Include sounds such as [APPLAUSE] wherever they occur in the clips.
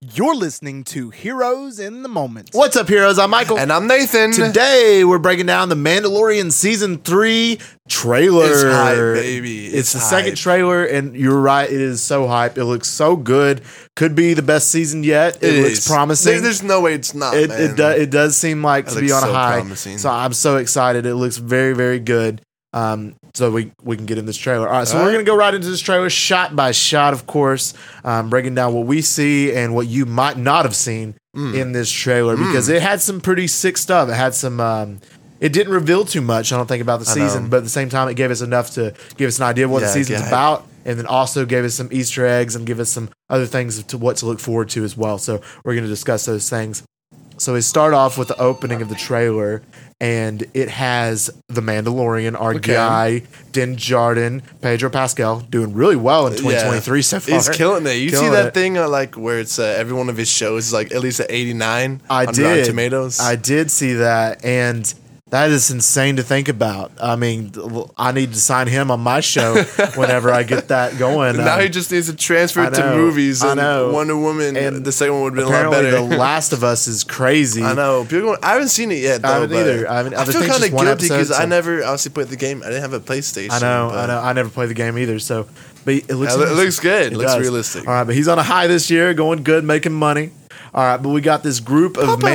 You're listening to Heroes in the Moment. What's up, heroes? I'm Michael. And I'm Nathan. Today, we're breaking down the Mandalorian season three trailer. It's hype, baby. It's, It's the second hype. trailer, and you're right. It is so hype. It looks so good. Could be the best season yet. It, looks is. promising. There- there's no way it's not. it, man. it, do, it does seem like That to be on looks a so high. promising. So I'm so excited. It looks very, very good. Um, so we we can get in this trailer. All right, so All we're right. gonna go right into this trailer, shot by shot, of course, um, breaking down what we see and what you might not have seen Mm. in this trailer because it had some pretty sick stuff. It had some. Um, it didn't reveal too much, I don't think, about the I know. season, but at the same time, it gave us enough to give us an idea of what the Yeah, season's yeah. about, and then also gave us some Easter eggs and give us some other things to what to look forward to as well. So we're gonna discuss those things. So we start off with the opening of the trailer, and it has the Mandalorian, our Okay. guy, Din Djarin, Pedro Pascal, doing really well in 2023 so far. He's killing it. You Killing see that it. thing uh, like where it's uh, every one of his shows is like at least at 89 I on Rotten did. Tomatoes. I did see that, and that is insane to think about. I mean, I need to sign him on my show [LAUGHS] whenever I get that going. [LAUGHS] now Um, he just needs to transfer I it to know. movies. I And know. Wonder Woman. And the second one would have been a lot apparently, better. The Last of Us is crazy. [LAUGHS] I know. People, going- I haven't seen it yet. Though, I haven't but either. I haven't- I I feel think kind of just one guilty because episode, I so- never obviously played the game. I didn't have a PlayStation. I know, but- I know. I never played the game either, so but it looks Yeah, it looks good. It Looks does. realistic. All right, but he's on a high this year, going good, making money. All right, but we got this group of Papa.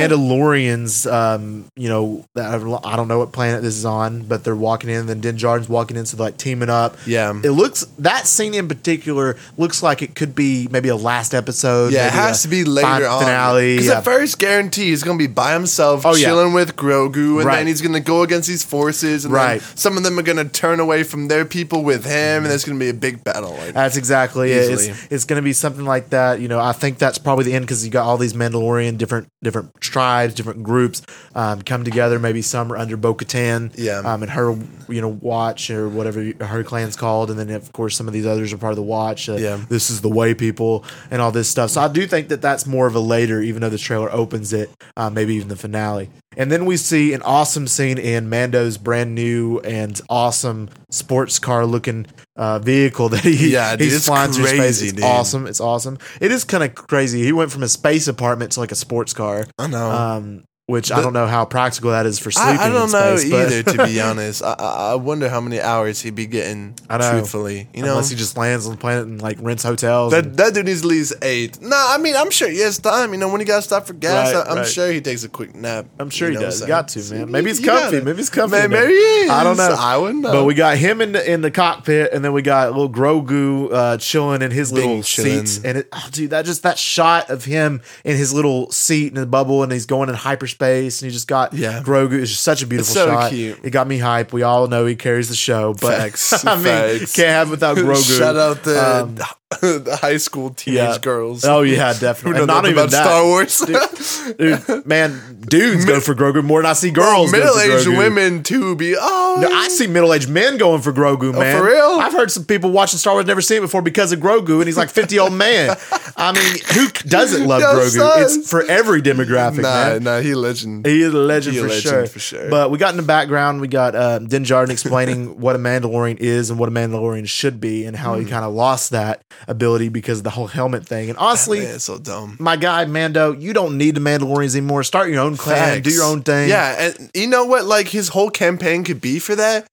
Mandalorians. Um, you know, that are, I don't know what planet this is on, but they're walking in. Then Din Djarin's walking in, so they're like teaming up. Yeah. it looks that scene in particular looks like it could be maybe a last episode. Yeah, it maybe has a to be later final on. finale. Because yeah. at first, guarantee he's gonna be by himself, Oh, yeah. chilling with Grogu, and Right. then he's gonna go against these forces, and Right. Mm-hmm. then some of them are gonna turn away from their people with him, and there's gonna be a big battle. Like, That's exactly it. Easily. It's, it's going to be something like that. You know, I think that's probably the end because you got all these Mandalorian different different tribes, different groups um, come together. Maybe some are under Bo-Katan, Yeah. um, and her you know watch or whatever her clan's called, and then of course some of these others are part of the watch. Uh, Yeah. this is the way people and all this stuff. So I do think that that's more of a later, even though the trailer opens it, uh, maybe even the finale. And then we see an awesome scene in Mando's brand new and awesome sports car looking uh, vehicle that he Yeah, dude, he's it's flying through space. crazy, It's dude. awesome. It's awesome. It is kind of crazy. He went from a space apartment to like a sports car, I know. um, which I don't know how practical that is for sleeping. I, I don't in know space, but- either, [LAUGHS] to be honest. I, I I wonder how many hours he'd be getting. I know. Truthfully, you [LAUGHS] know, unless he just lands on the planet and like rents hotels. that and- that dude needs at least eight. No, I mean, I'm sure he has time. You know, when he got to stop for gas, Right, I, I'm right. sure he takes a quick nap. I'm sure you he know what does. I'm Got saying? to man. Maybe it's You gotta- comfy. Maybe it's comfy. May- in there. maybe he is. I don't know. I wouldn't know. But we got him in the in the cockpit, and then we got little Grogu uh, chilling in his Being little chillin'. seats. And it, oh, dude, that just that shot of him in his little seat in the bubble, and he's going in hyperspace, and he just got Yeah. Grogu. It's just such a beautiful so shot. cute. It got me hype. We all know he carries the show, but Facts. [LAUGHS] I mean, Facts. can't have it without Grogu. [LAUGHS] Shout out the, Um, [LAUGHS] the high school teenage yeah. girls. Oh yeah, [LAUGHS] who definitely. know And not not about even that. Star Wars. [LAUGHS] Dude, man, dudes go for Grogu more than I see girls. go for Middle aged Grogu. women too be oh No, I see middle aged men going for Grogu, man. for real? I've heard some people watching Star Wars never seen it before because of Grogu, and he's like 50 old man. I mean, who doesn't [LAUGHS] love Yo, Grogu? son. It's for every demographic, Nah, man. nah, he a legend. He is a legend, He a for, legend sure. for sure. But we got in the background, we got uh, Din Djarin explaining [LAUGHS] what a Mandalorian is and what a Mandalorian should be, and how he Hmm. kind of lost that ability because of the whole helmet thing. And honestly, Man, so dumb. my guy Mando, you don't need the Mandalorians anymore. Start your own clan, do Facts. your own thing. Yeah, and you know what? Like his whole campaign could be for that.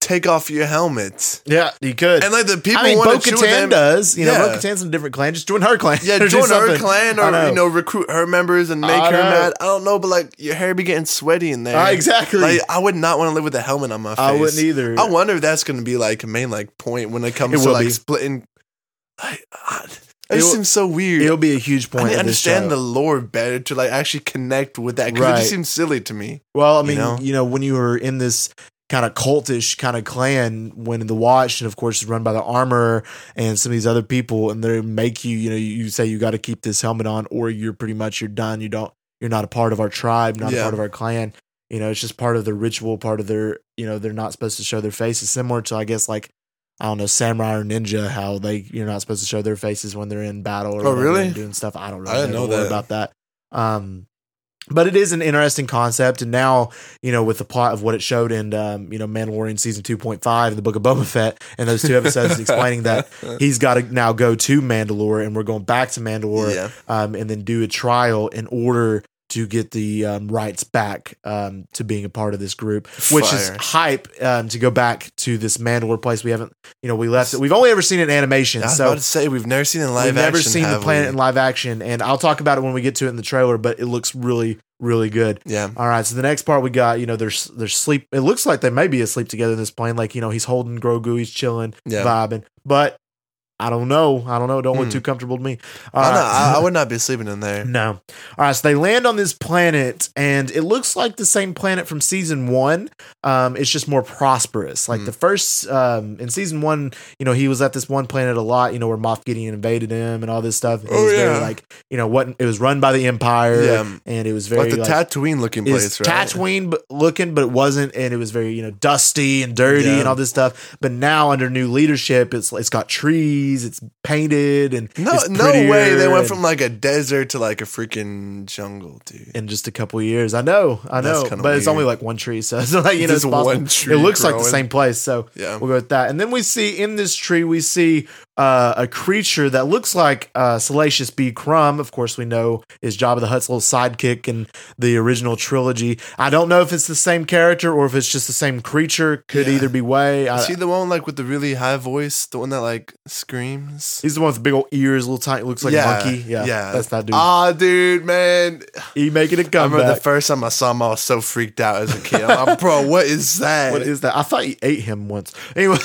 Take off your helmet, yeah, you could. and like the people I mean, want Bo-Katan to choose them. does. You know, Yeah. Bo-Katan's in a different clan. Just join her clan. [LAUGHS] Yeah, or do join her something. clan, I or you know, recruit her members and make I her know. mad. I don't know, but like your hair be getting sweaty in there. Ah, exactly. Like I would not want to live with a helmet on my face. I wouldn't either. I wonder if that's going to be like a main like point when it comes It to will like be. splitting. Like, I, it It'll- just seems so weird. It'll be a huge I point. need to of this understand show. the lore better to like actually connect with that because it Right. just seems silly to me. Well, I you mean, you know, know? when you were in this kind of cultish kind of clan, when the watch, and of course, is run by the armor and some of these other people, and they make you, you know, you say you got to keep this helmet on, or you're pretty much you're done. You don't, you're not a part of our tribe, not a Yeah. part of our clan. You know, it's just part of the ritual, part of their, you know, they're not supposed to show their faces. Similar to, I guess, like. I don't know samurai or ninja how they you're not supposed to show their faces when they're in battle or Oh, whatever really? and doing stuff. I don't really I didn't know, know more that. about that. Um, but it is an interesting concept, and now you know with the plot of what it showed in um, you know Mandalorian season two point five, the Book of Boba Fett, and [LAUGHS] those two episodes explaining that he's got to now go to Mandalore, and we're going back to Mandalore, Yeah. um, and then do a trial in order to get the um, rights back um, to being a part of this group, which is Fire. [LAUGHS] hype um, to go back to this Mandalore place. We haven't, you know, we left it. We've only ever seen it in animation, I was so about to say we've never seen it in live we've never action, seen the have planet we? in live action, and I'll talk about it when we get to it in the trailer. But it looks really, really good. Yeah. All right, so the next part we got, you know, there's there's sleep. It looks like they may be asleep together in this plane. Like you know, he's holding Grogu, he's chilling, Yeah. vibing. But I don't know. I don't know. It don't look Hmm. too comfortable to me. All I, right. know, [LAUGHS] I, I would not be sleeping in there. No. All right. So they land on this planet, and it looks like the same planet from season one. Um, it's just more prosperous. Like Mhm. the first um, in season one, you know, he was at this one planet a lot. You know, where Moff Gideon invaded him and all this stuff. And it Oh, was very, yeah. like you know what it was run by the Empire. Yeah. And it was [LAUGHS] very like the like, Tatooine looking place, is right? Tatooine b- looking, but it wasn't, and it was very you know dusty and dirty Yeah. and all this stuff. But now under new leadership, it's it's got trees, it's painted, and No, it's no way. They prettier went and- from like a desert to like a freaking jungle, dude. in just a couple years. I know, I That's know, but kinda it's only weird. like one tree, so [LAUGHS] it's like you know, Just it's possible. one tree It looks like the growing. same place, so Yeah. we'll go with that. And then we see in this tree, we see uh, a creature that looks like uh, Salacious B. Crumb. Of course, we know is Jabba the Hutt's little sidekick in the original trilogy. I don't know if it's the same character or if it's just the same creature. Could Yeah. either be way. I, Is he the one like with the really high voice? The one that like screams? he's the one with the big old ears, little tiny, looks like Yeah, a monkey. Yeah, yeah. that's that dude. Ah, dude, man. he making a I comeback. remember the first time I saw him, I was so freaked out as a kid. I'm like, bro, what [LAUGHS] is that? [LAUGHS] What is that? I thought you ate him once. [LAUGHS] Anyway,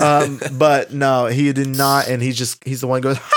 um, but no, he did not, and he's just he's the one who goes [LAUGHS]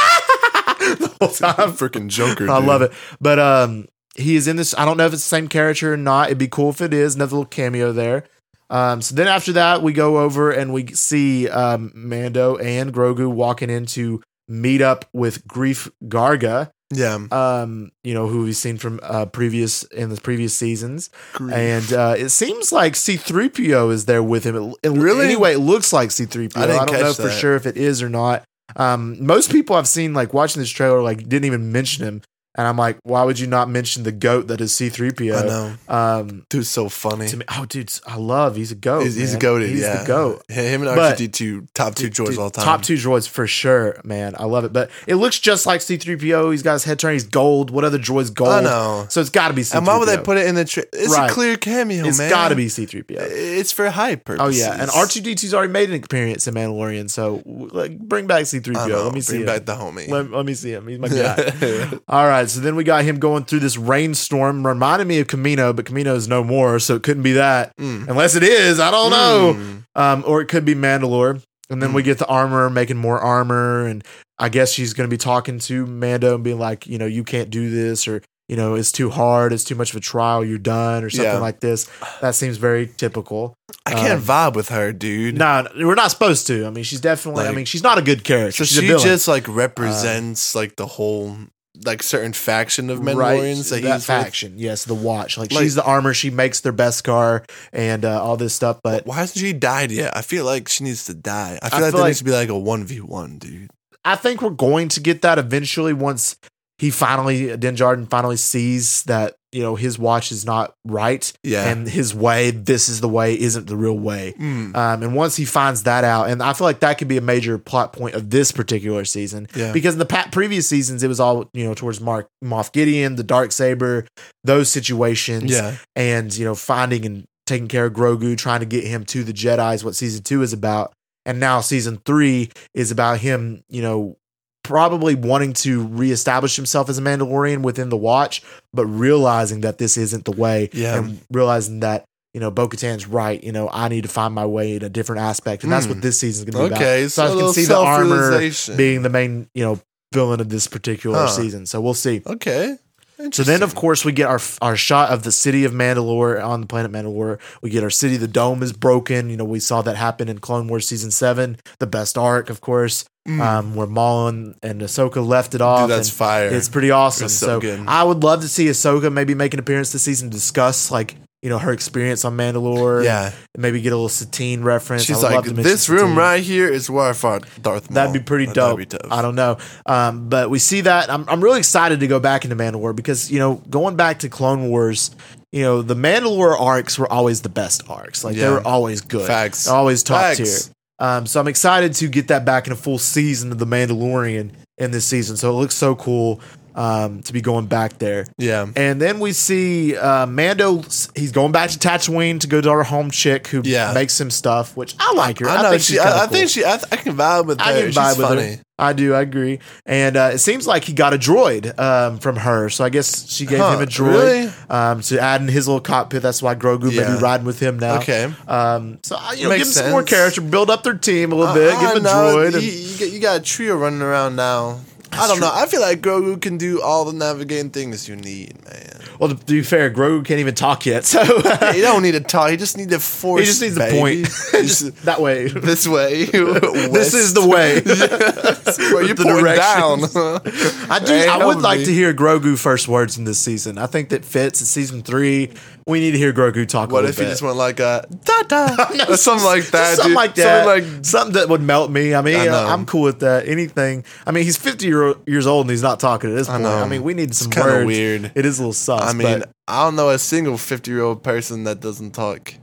the whole time. freaking Joker. I dude. love it. But um, he is in this. I don't know if it's the same character or not. It'd be cool if it is. Another little cameo there. Um, so then after that, we go over and we see um, Mando and Grogu walking in to meet up with Grief Garga. Yeah. Um, you know who we've seen from uh, previous in the previous seasons. Grief. And uh, it seems like C3PO is there with him. It, it, Really? Anyway, it looks like C3PO. I I, didn't don't catch know for that. sure if it is or not. Um, most people I've seen like watching this trailer like didn't even mention him. And I'm like, why would you not mention the goat that is I C3PO? know. Um, Dude's so funny. to me, oh, dude, I love. He's a goat. he's, he's man. goaded, He's yeah. the goat. Him and But- R2D2, top two Dude, joys dude, all time. Top two droids for sure, man. I love it. But it looks just like C3PO. He's got his head turned. He's gold. What other droid's gold? I know. So it's got to be C3PO. And why would they put it in the? Tra- it's Right. a clear cameo, It's man. got to be C3PO. It's for hype Oh purposes. yeah, and R two D 2s already made an appearance in Mandalorian, so like, bring back C three I PO. know, Let me see bring him. back the homie. let, let me see him. He's my guy. [LAUGHS] All right, so then we got him going through this rainstorm. Reminded me of Camino, but Camino is no more, so it couldn't be that. Mm. Unless it is, I don't know. Mm. Um, or it could be Mandalore. And Hmm. then we get the armor making more armor, and I guess she's going to be talking to Mando and being like, you know, you can't do this, or you know, it's too hard, it's too much of a trial, you're done, or something Yeah. like this. That seems very typical. I can't Um, vibe with her, dude. No, no, we're not supposed to. I mean, she's definitely. I Like- mean, she's not a good character. so she's a she villain. Uh, just like represents like the whole like certain faction of Mandalorians that, that he's faction. Yes, the watch. Like, Like- she's the armor. She makes their best car and uh, all this stuff. But with. Why hasn't she died yet? I feel like she needs to die. I feel like feel there like- needs to be like a one v one, dude. I think we're going to get that eventually once he finally Din Djarin finally sees that you know his watch is not right Yeah. and his way. This is the way. Isn't the real way. Mm. Um, and once he finds that out, and I feel like that could be a major plot point of this particular season. Yeah. because in the pa- previous seasons it was all you know towards Mark Moff Gideon, the Dark Saber, those situations, yeah. and you know finding and taking care of Grogu, trying to get him to the Jedi is what season two is about, and now season three is about him, you know, probably wanting to reestablish himself as a Mandalorian within the Watch, but realizing that this isn't the way, Yeah. and realizing that. You know, Bo Katan's right. You know, I need to find my way in a different aspect. And that's Hmm. what this season's going to be about Okay. So So, I I can can see the armor self-realization. being the main, you know, villain of this particular Huh. season. So we'll see. okay. So then, of Interesting. course, we get our our shot of the city of Mandalore on the planet Mandalore. We get our city. The dome is broken. You know, we saw that happen in Clone Wars season seven, the best arc, of course, Mm. um, where Maul and, and Ahsoka left it off. dude, that's and fire. It's pretty awesome. It's so so good. I would love to see Ahsoka maybe make an appearance this season, to discuss like you know, her experience on Mandalore. yeah. and maybe get a little Satine reference. I She's would love like, to mention this room Satine. right here is where I fought Darth Maul. That'd be pretty dope. That'd be dope. I don't know. Um, but we see that. I'm, I'm really excited to go back into Mandalore because, you know, going back to Clone Wars, you know, the Mandalore arcs were always the best arcs. Like, they Yeah. were always good. Facts. Always top Facts. tier. Um, so I'm excited to get that back in a full season of The Mandalorian in this season. So it looks so cool um, to be going back there. Yeah. And then we see uh, Mando. He's going back to Tatooine to go to our home chick who Yeah. makes him stuff, which I like her. I I, know. think she, she's I, I kinda cool. think she. I, I can vibe with her. I can Uh, She's vibe with funny. her. I do. I agree. And uh, it seems like he got a droid um, from her. So I guess she gave Huh, him a droid really? um, to add in his little cockpit. That's why Grogu may Yeah. be riding with him now. Okay. Um, so uh, you know, Makes give him some more sense. character, build up their team a little bit, give I him a know, droid. Uh, You, and- you got, you got a trio running around now. I That's don't know. true. I feel like Grogu can do all the navigating things you need, man. well, to be fair, Grogu can't even talk yet, so [LAUGHS] you don't need to talk. You just need to force. he just needs baby. a [LAUGHS] [LAUGHS] point Just that way. this [LAUGHS] way. This [LAUGHS] is the way. Well, you the point down. directions. [LAUGHS] I do. Hey, I help would like me. to hear Grogu first words in this season. I think that fits in season three. We need to hear Grogu talk. [LAUGHS] What a if little he bit. just went like a [LAUGHS] da da, or something like Just that? something dude. like that, Something like something that would melt me. I mean, I you know, know. I'm cool with that. Anything. I mean, he's 50 year, years old and he's not talking at this point. know. I mean, we need some kinda words. weird. It is a little sus. I mean, but I don't know a single 50 year old person that doesn't talk.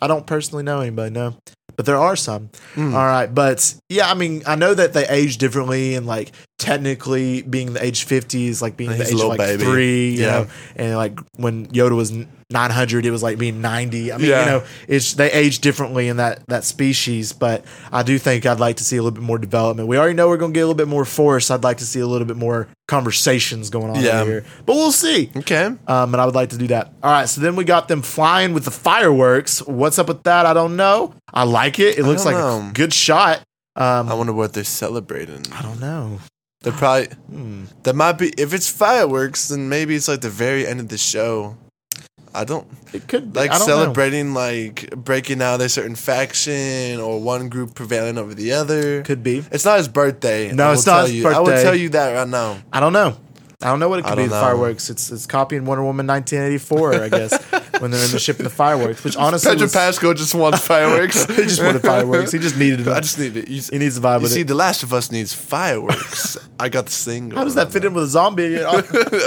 I don't personally know anybody. No, but there are some. Mm. All right, but yeah, I mean, I know that they age differently and like technically being the age 50s, like being He's the a age of little like baby. three. You Yeah. know, and like when Yoda was 900, it was like being 90. I mean, Yeah. you know, it's they age differently in that that species. But I do think I'd like to see a little bit more development. We already know we're going to get a little bit more force. I'd like to see a little bit more conversations going on Yeah. here. But we'll see. Okay. Um, and I would like to do that. All right, so then we got them flying with the fireworks. What's up with that? I don't know. I like it. It looks don't like know. a good shot. Um, I wonder what [SIGHS] they're celebrating. I don't know. They're probably. Hmm. That might be if it's fireworks, then maybe it's like the very end of the show. I don't It could be. like I don't know. celebrating like breaking out of a certain faction or one group prevailing over the other. Could be. It's not his birthday. No, I will it's not tell his you- I will birthday. tell you that right now. I don't know. I don't know what it I could be. don't The know. fireworks. It's it's copying Wonder Woman 1984, I [LAUGHS] guess, when they're in the ship of the fireworks. Which honestly, Pedro was- Pascal [LAUGHS] just wants fireworks. he just wanted fireworks. He just needed them. [LAUGHS] I just need it. You, he needs to vibe you with see, it. The Last of Us [LAUGHS] needs fireworks. I got the single. How does that fit in with a zombie? [LAUGHS] [LAUGHS]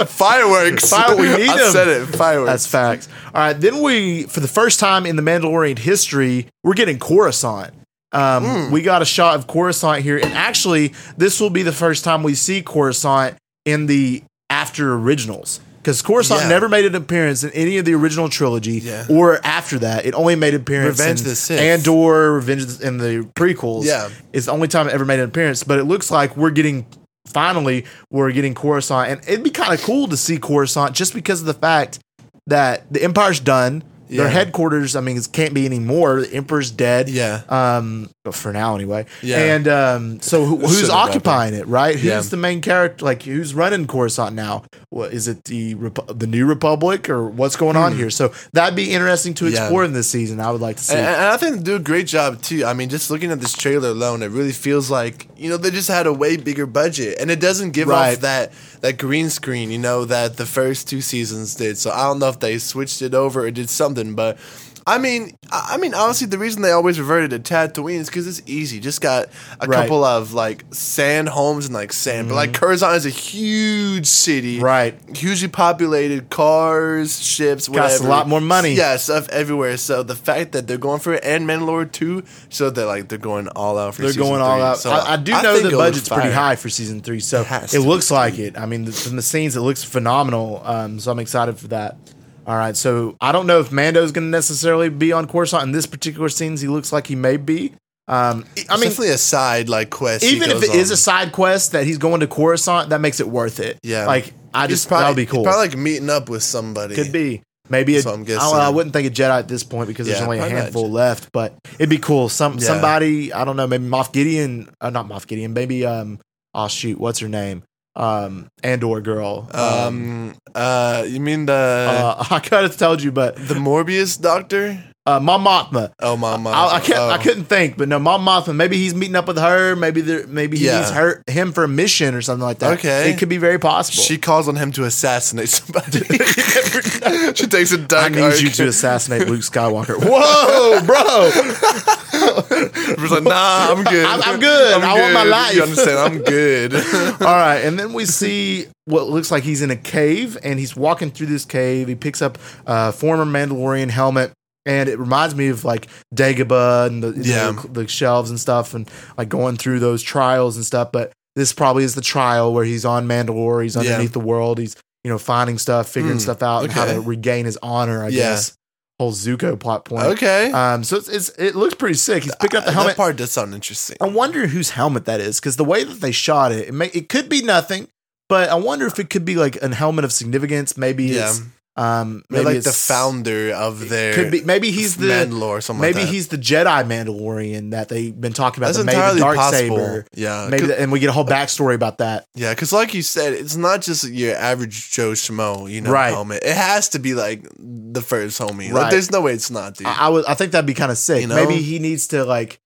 fireworks. Fire- we need [LAUGHS] I them. said it. Fireworks. That's facts. All right, then we, for the first time in the Mandalorian history, we're getting Coruscant. Um, Hmm. We got a shot of Coruscant here, and actually, this will be the first time we see Coruscant in the after originals. Because Coruscant Yeah. never made an appearance in any of the original trilogy, Yeah. or after that, it only made appearance Revenge in of the Sith. Andor, Revenge of the- in the prequels. Yeah. it's the only time it ever made an appearance. But it looks like we're getting finally we're getting Coruscant, and it'd be kind of cool to see Coruscant just because of the fact that the empire's done. Yeah. Their headquarters, I mean, it can't be anymore. The emperor's dead. Yeah. Um, but for now, anyway. Yeah. And um, so who, Should've who's happened. occupying it, right? Yeah. Who's the main character? Like, who's running Coruscant now? What is it? The Repu- the New Republic, or what's going on here? So that'd be interesting to Hmm. Yeah. explore in this season. I would like to see. And, and I think they do a great job too. I mean, just looking at this trailer alone, it really feels like you know they just had a way bigger budget, and it doesn't give Right. off that that green screen, you know, that the first two seasons did. So I don't know if they switched it over or did something, but. I mean, I I mean, honestly, the reason they always reverted to Tatooine is because it's easy. Just got a Right. Mm-hmm. couple of like sand homes and like sand, but like Curzon is a huge city, Right. Hugely populated, cars, ships, whatever. Costs a lot more money. Yeah, yeah, stuff everywhere. So the fact that they're going for it and Mandalore too, so they're like they're going all out for. They're season going all three. out. So I, I do know think the it'll look budget's pretty fire. high for season three, so It has it, to be. looks like it. I mean, the, from the scenes, it looks phenomenal. Um, so I'm excited for that. All right, so I don't know if Mando's going to necessarily be on Coruscant in this particular scenes. He looks like he may be. Um, I I mean, mean, definitely a side like quest. he even if goes it is on. a side quest that he's going to Coruscant, that makes it worth it. Yeah. like I He's just that would be he's cool. Probably like meeting up with somebody. Could be. Maybe That's a, what I'm I'm guessing. I, wouldn't think a Jedi at this point because there's Yeah, only a probably not a handful Jedi. left, but it'd be cool. Some Yeah. somebody I don't know, maybe Moff Gideon, uh, not Moff Gideon, maybe um, oh shoot, what's her name? Um, Andor girl. Um. Uh. You mean the [LAUGHS] uh, I could have told you, but the Morbius doctor? Uh, Mom Mothma. Oh my mom. I, I can't. Oh. I couldn't think, but no, Mom Mothman. Maybe he's meeting up with her. Maybe there. Maybe he Yeah. needs her him for a mission or something like that. Okay. it could be very possible. She calls on him to assassinate somebody. [LAUGHS] she takes a I dark need arc. you to assassinate [LAUGHS] Luke Skywalker. Whoa, [LAUGHS] bro! [LAUGHS] It's like, nah, I'm good. I'm- I'm good. I want my life. You understand? I'm good. [LAUGHS] All right, and then we see what looks like he's in a cave, and he's walking through this cave. He picks up a former Mandalorian helmet, and it reminds me of like Dagobah and the you Yeah. know, the shelves and stuff, and like going through those trials and stuff. But this probably is the trial where he's on Mandalore. He's Yeah. underneath the world. He's you know finding stuff, figuring Hmm, stuff out, and how okay. to regain his honor. I Yeah. guess whole Zuko plot point. [LAUGHS] okay. Um, so it's, it's it looks pretty sick. He's picking up the helmet. That part does sound interesting. I wonder whose helmet that is because the way that they shot it, it, may, it could be nothing, but I wonder if it could be like an helmet of significance. Maybe yeah. it's um, maybe Maybe like it's, the founder of their Could be maybe he's the Mandalore or something maybe like that. he's the Jedi Mandalorian that they've been talking about. That's the entirely dark possible. saber. Yeah. Maybe, 'cause- that, and we get a whole backstory about that. Yeah, because like you said, it's not just your average Joe Schmo, you know, Right. helmet. It has to be like the first homie. Right. Like, there's no way it's not, dude. I, I would, I think that'd be kind of sick. You know? Maybe he needs to like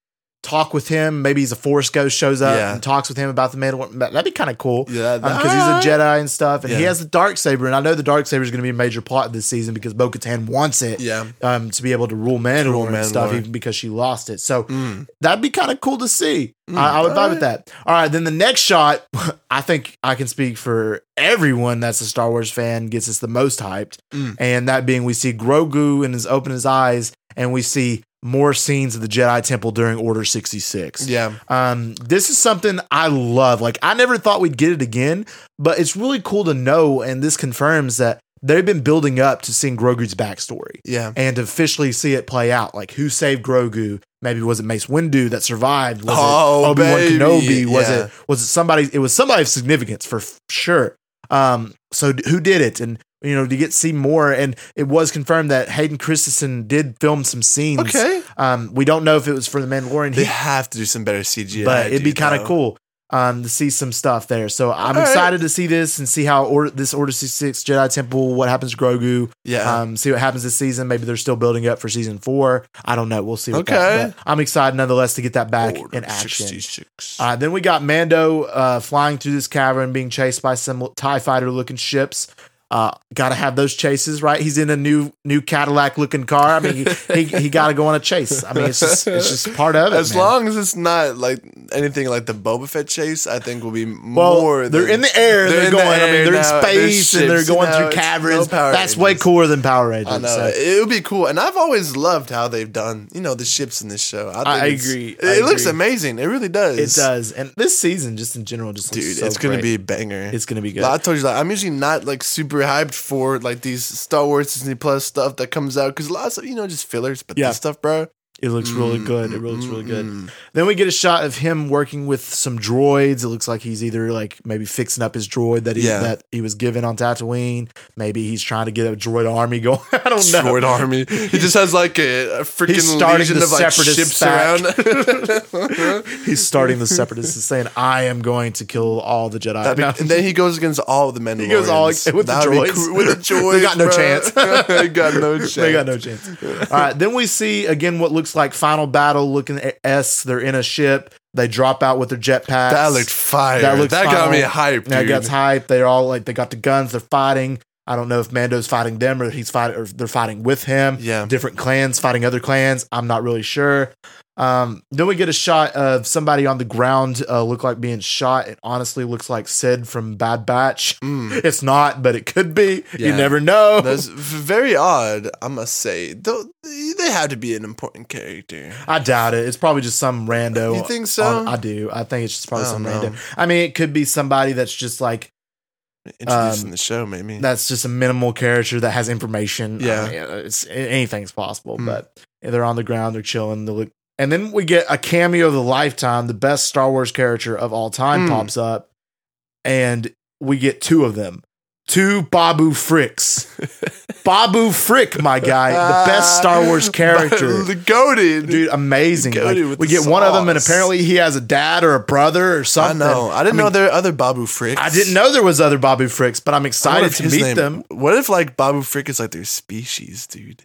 talk with him. Maybe he's a Force ghost shows up Yeah. and talks with him about the Mandalorian. That- That'd be kind of cool. yeah, that- because he's a Jedi and stuff, and he Uh, Yeah. has the dark saber, and I know the dark saber is going to be a major plot this season because Bo Katan wants it [LAUGHS] yeah. um, to be able to rule Mandalore, rule and stuff, Mandalore. even because she lost it. So Mm. that'd be kind of cool to see. Mm, I, I would vibe alright. with that. All right, then the next shot, [LAUGHS] I think I can speak for everyone that's a Star Wars fan gets us the most hyped, Mm. and that being we see Grogu and his open his eyes, and we see more scenes of the Jedi Temple during Order sixty six. Yeah. Um, this is something I love. Like I never thought we'd get it again, but it's really cool to know, and this confirms that they've been building up to seeing Grogu's backstory Yeah. and to officially see it play out. Like who saved Grogu? Maybe was it Mace Windu that survived? Was Oh, it Obi Wan baby. Kenobi? Was Yeah. it was it somebody? It was somebody of significance for f- sure. Um, so d- who did it? And you know, to get to see more, and it was confirmed that Hayden Christensen did film some scenes. Okay. Um, we don't know if it was for the Mandalorian. They He- have to do some better CGI. but it'd be dude, kind though. of cool um, to see some stuff there. So I'm All right. excited to see this and see how order, this Order 66 Jedi Temple, what happens to Grogu, Yeah. um, see what happens this season. Maybe they're still building up for season four. I don't know. We'll see. What Okay. that, but I'm excited nonetheless to get that back Order in action. 66. Uh, then we got Mando uh, flying through this cavern, being chased by some Tie Fighter looking ships. Uh, gotta have those chases, right? He's in a new new Cadillac looking car. I mean, he, he, he gotta go on a chase. I mean, it's just it's just part of it. [LAUGHS] as man. long as it's not like anything like the Boba Fett chase, I think will be Well, more. they're than- in the air. They're, They're in going. I the mean, air they're in now, there's space and they're ships, going you know, through it's no caverns. Power That's way Rangers. cooler than Power Rangers. I know so- it would be cool, and I've always loved how they've done you know the ships in this show. think I it's- agree. It, I looks agree. amazing. It really does. It does. And this season, just in general, just dude. looks so it's gonna great. be a banger. It's gonna be good. Like, I told you, like I'm usually not like super hyped for like these Star Wars Disney Plus stuff that comes out because lots of you know just fillers, but Yeah. this stuff, bro, It looks really mm, good. It mm, looks really mm, good. mm. Then we get a shot of him working with some droids. It looks like he's either like maybe fixing up his droid that he Yeah. that he was given on Tatooine. Maybe he's trying to get a droid army [LAUGHS] going. I don't know. Droid [LAUGHS] army. He just has like a, a freaking starting legion the of like separatist ships back. [LAUGHS] around. He's starting the separatists and saying, "I am going to kill all the Jedi." That'd be- No. and then he goes against all the Mandalorians. He goes all with the That'd be droids. cool- With the [LAUGHS] droids, They got no bro. [LAUGHS] chance. they [LAUGHS] got no chance. They got no chance. All right. Then we see again what looks like final battle looking S. They're in a ship. They drop out with their jetpacks. That looked fire. That That, looked got me final. hyped. That dude. gets hype. They're all like they got the guns. They're fighting. I don't know if Mando's fighting them or he's fighting or they're fighting with him. Yeah. Different clans fighting other clans. I'm not really sure. Um, then we get a shot of somebody on the ground uh, look like being shot. It honestly looks like Sid from Bad Batch. [LAUGHS] Mm. It's not, but it could be. You Yeah. never know. That's v- very odd, I must say. Though they have to be an important character. I doubt it. It's probably just some rando. You think so? on- I do. I think it's just probably I some don't know. rando. I mean, it could be somebody that's just like Introducing Um, the show, maybe. that's just a minimal character that has information. I Yeah. mean, uh, it's anything's possible. Hmm. But they're on the ground. They're chilling. They look, and then we get a cameo of the lifetime. The best Star Wars character of all time Hmm. pops up, and we get two of them. Two Babu Fricks. [LAUGHS] Babu Frick, my guy, the Ah. best Star [LAUGHS] Wars character. the goated. dude amazing Goated Like, with we the get one of them and sauce. apparently he has a dad or a brother or I something know. I didn't mean, know there were other Babu Fricks. i didn't know there was other bobby fricks but i'm I wonder excited if to his meet name- them What if like Babu Frick is like their species, dude?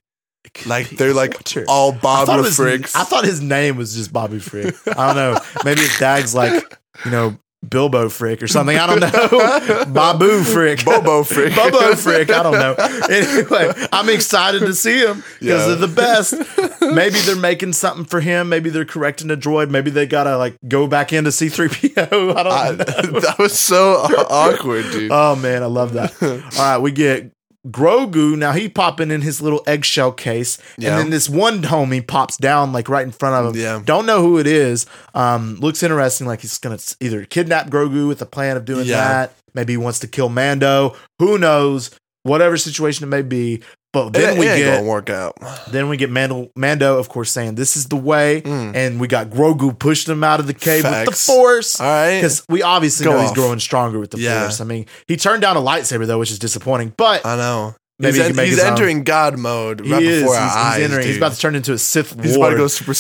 Like they're like Watcher. all I Bob thought, his, Fricks. I thought [LAUGHS] his name was just Bobby Frick. I don't know. Maybe his dad's like, you know, Bilbo Frick or something. I don't know. [LAUGHS] Babu Frick. Bobo [LAUGHS] Frick. Bobo Frick. I don't know. Anyway, I'm excited to see him because Yeah. they're the best. Maybe they're making something for him. Maybe they're correcting a droid. Maybe they gotta like go back into C3PO. I don't [LAUGHS] I- know. that was so aw- awkward, dude. Oh man, I love [LAUGHS] that. All right, we get Grogu. Now he popping in his little eggshell case, Yeah. and then this one homie pops down like right in front of him. Yeah. Don't know who it is. Um, looks interesting. Like he's gonna s- either kidnap Grogu with a plan of doing Yeah. that. Maybe he wants to kill Mando. Who knows? Whatever situation it may be. But then it, we it ain't get gonna work out. then we get Mando, Mando, of course, saying this is the way, Mm. and we got Grogu pushing him out of the cave with the Facts. Force All [LAUGHS] right. because we obviously Go know off. he's growing stronger with the Yeah. force. I mean, he turned down a lightsaber though, which is disappointing. But I know. Maybe he's he en- can make he's his own. entering God mode he right is. before he's, our he's eyes. entering. He's dude. about to turn into a Sith [LAUGHS] He's about Lord. to go Super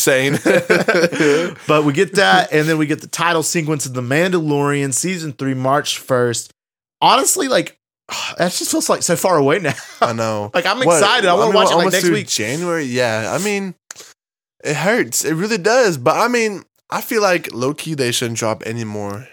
Saiyan. [LAUGHS] but we get that, and then we get the title sequence of The Mandalorian season three, March first. Honestly, like [SIGHS] that just feels like so far away now. [LAUGHS] I know. Like I'm What, excited. I want mean, to watch it like almost next through week. January. Yeah. I mean, it hurts. It really does. But I mean, I feel like low key they shouldn't drop any more,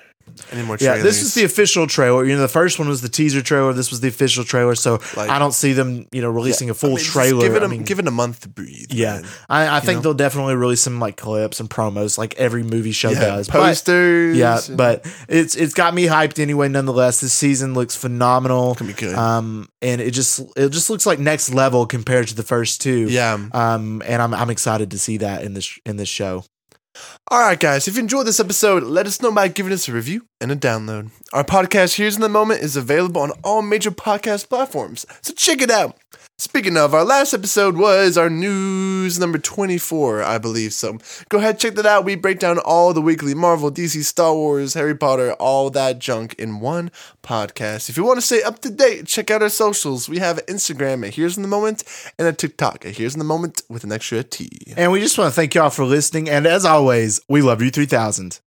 any more. Yeah, Trailers. this is the official trailer. You know, the first one was the teaser trailer. This was the official trailer. So Like- I don't see them, you know, releasing a I full mean, just trailer. Give it, a, I mean- give it a month to breathe. Yeah, man. I, I think know? they'll definitely release some like clips and promos, like every movie show Yeah, does. But, posters. yeah, and- but it's it's got me hyped anyway. Nonetheless, this season looks phenomenal. Could be good. Um, and it just it just looks like next level compared to the first two. yeah. Um, and I'm I'm excited to see that in this in this show. All right, guys, if you enjoyed this episode, let us know by giving us a review and a download. Our podcast, Here's in the Moment, is available on all major podcast platforms, so check it out. Speaking of, our last episode was our news number 24, I believe. So go ahead, check that out. We break down all the weekly Marvel, DC, Star Wars, Harry Potter, all that junk in one podcast. If you want to stay up to date, check out our socials. We have Instagram at Here's in the Moment and a TikTok at Here's in the Moment with an extra T. And we just want to thank y'all for listening. And as always, we love you three thousand.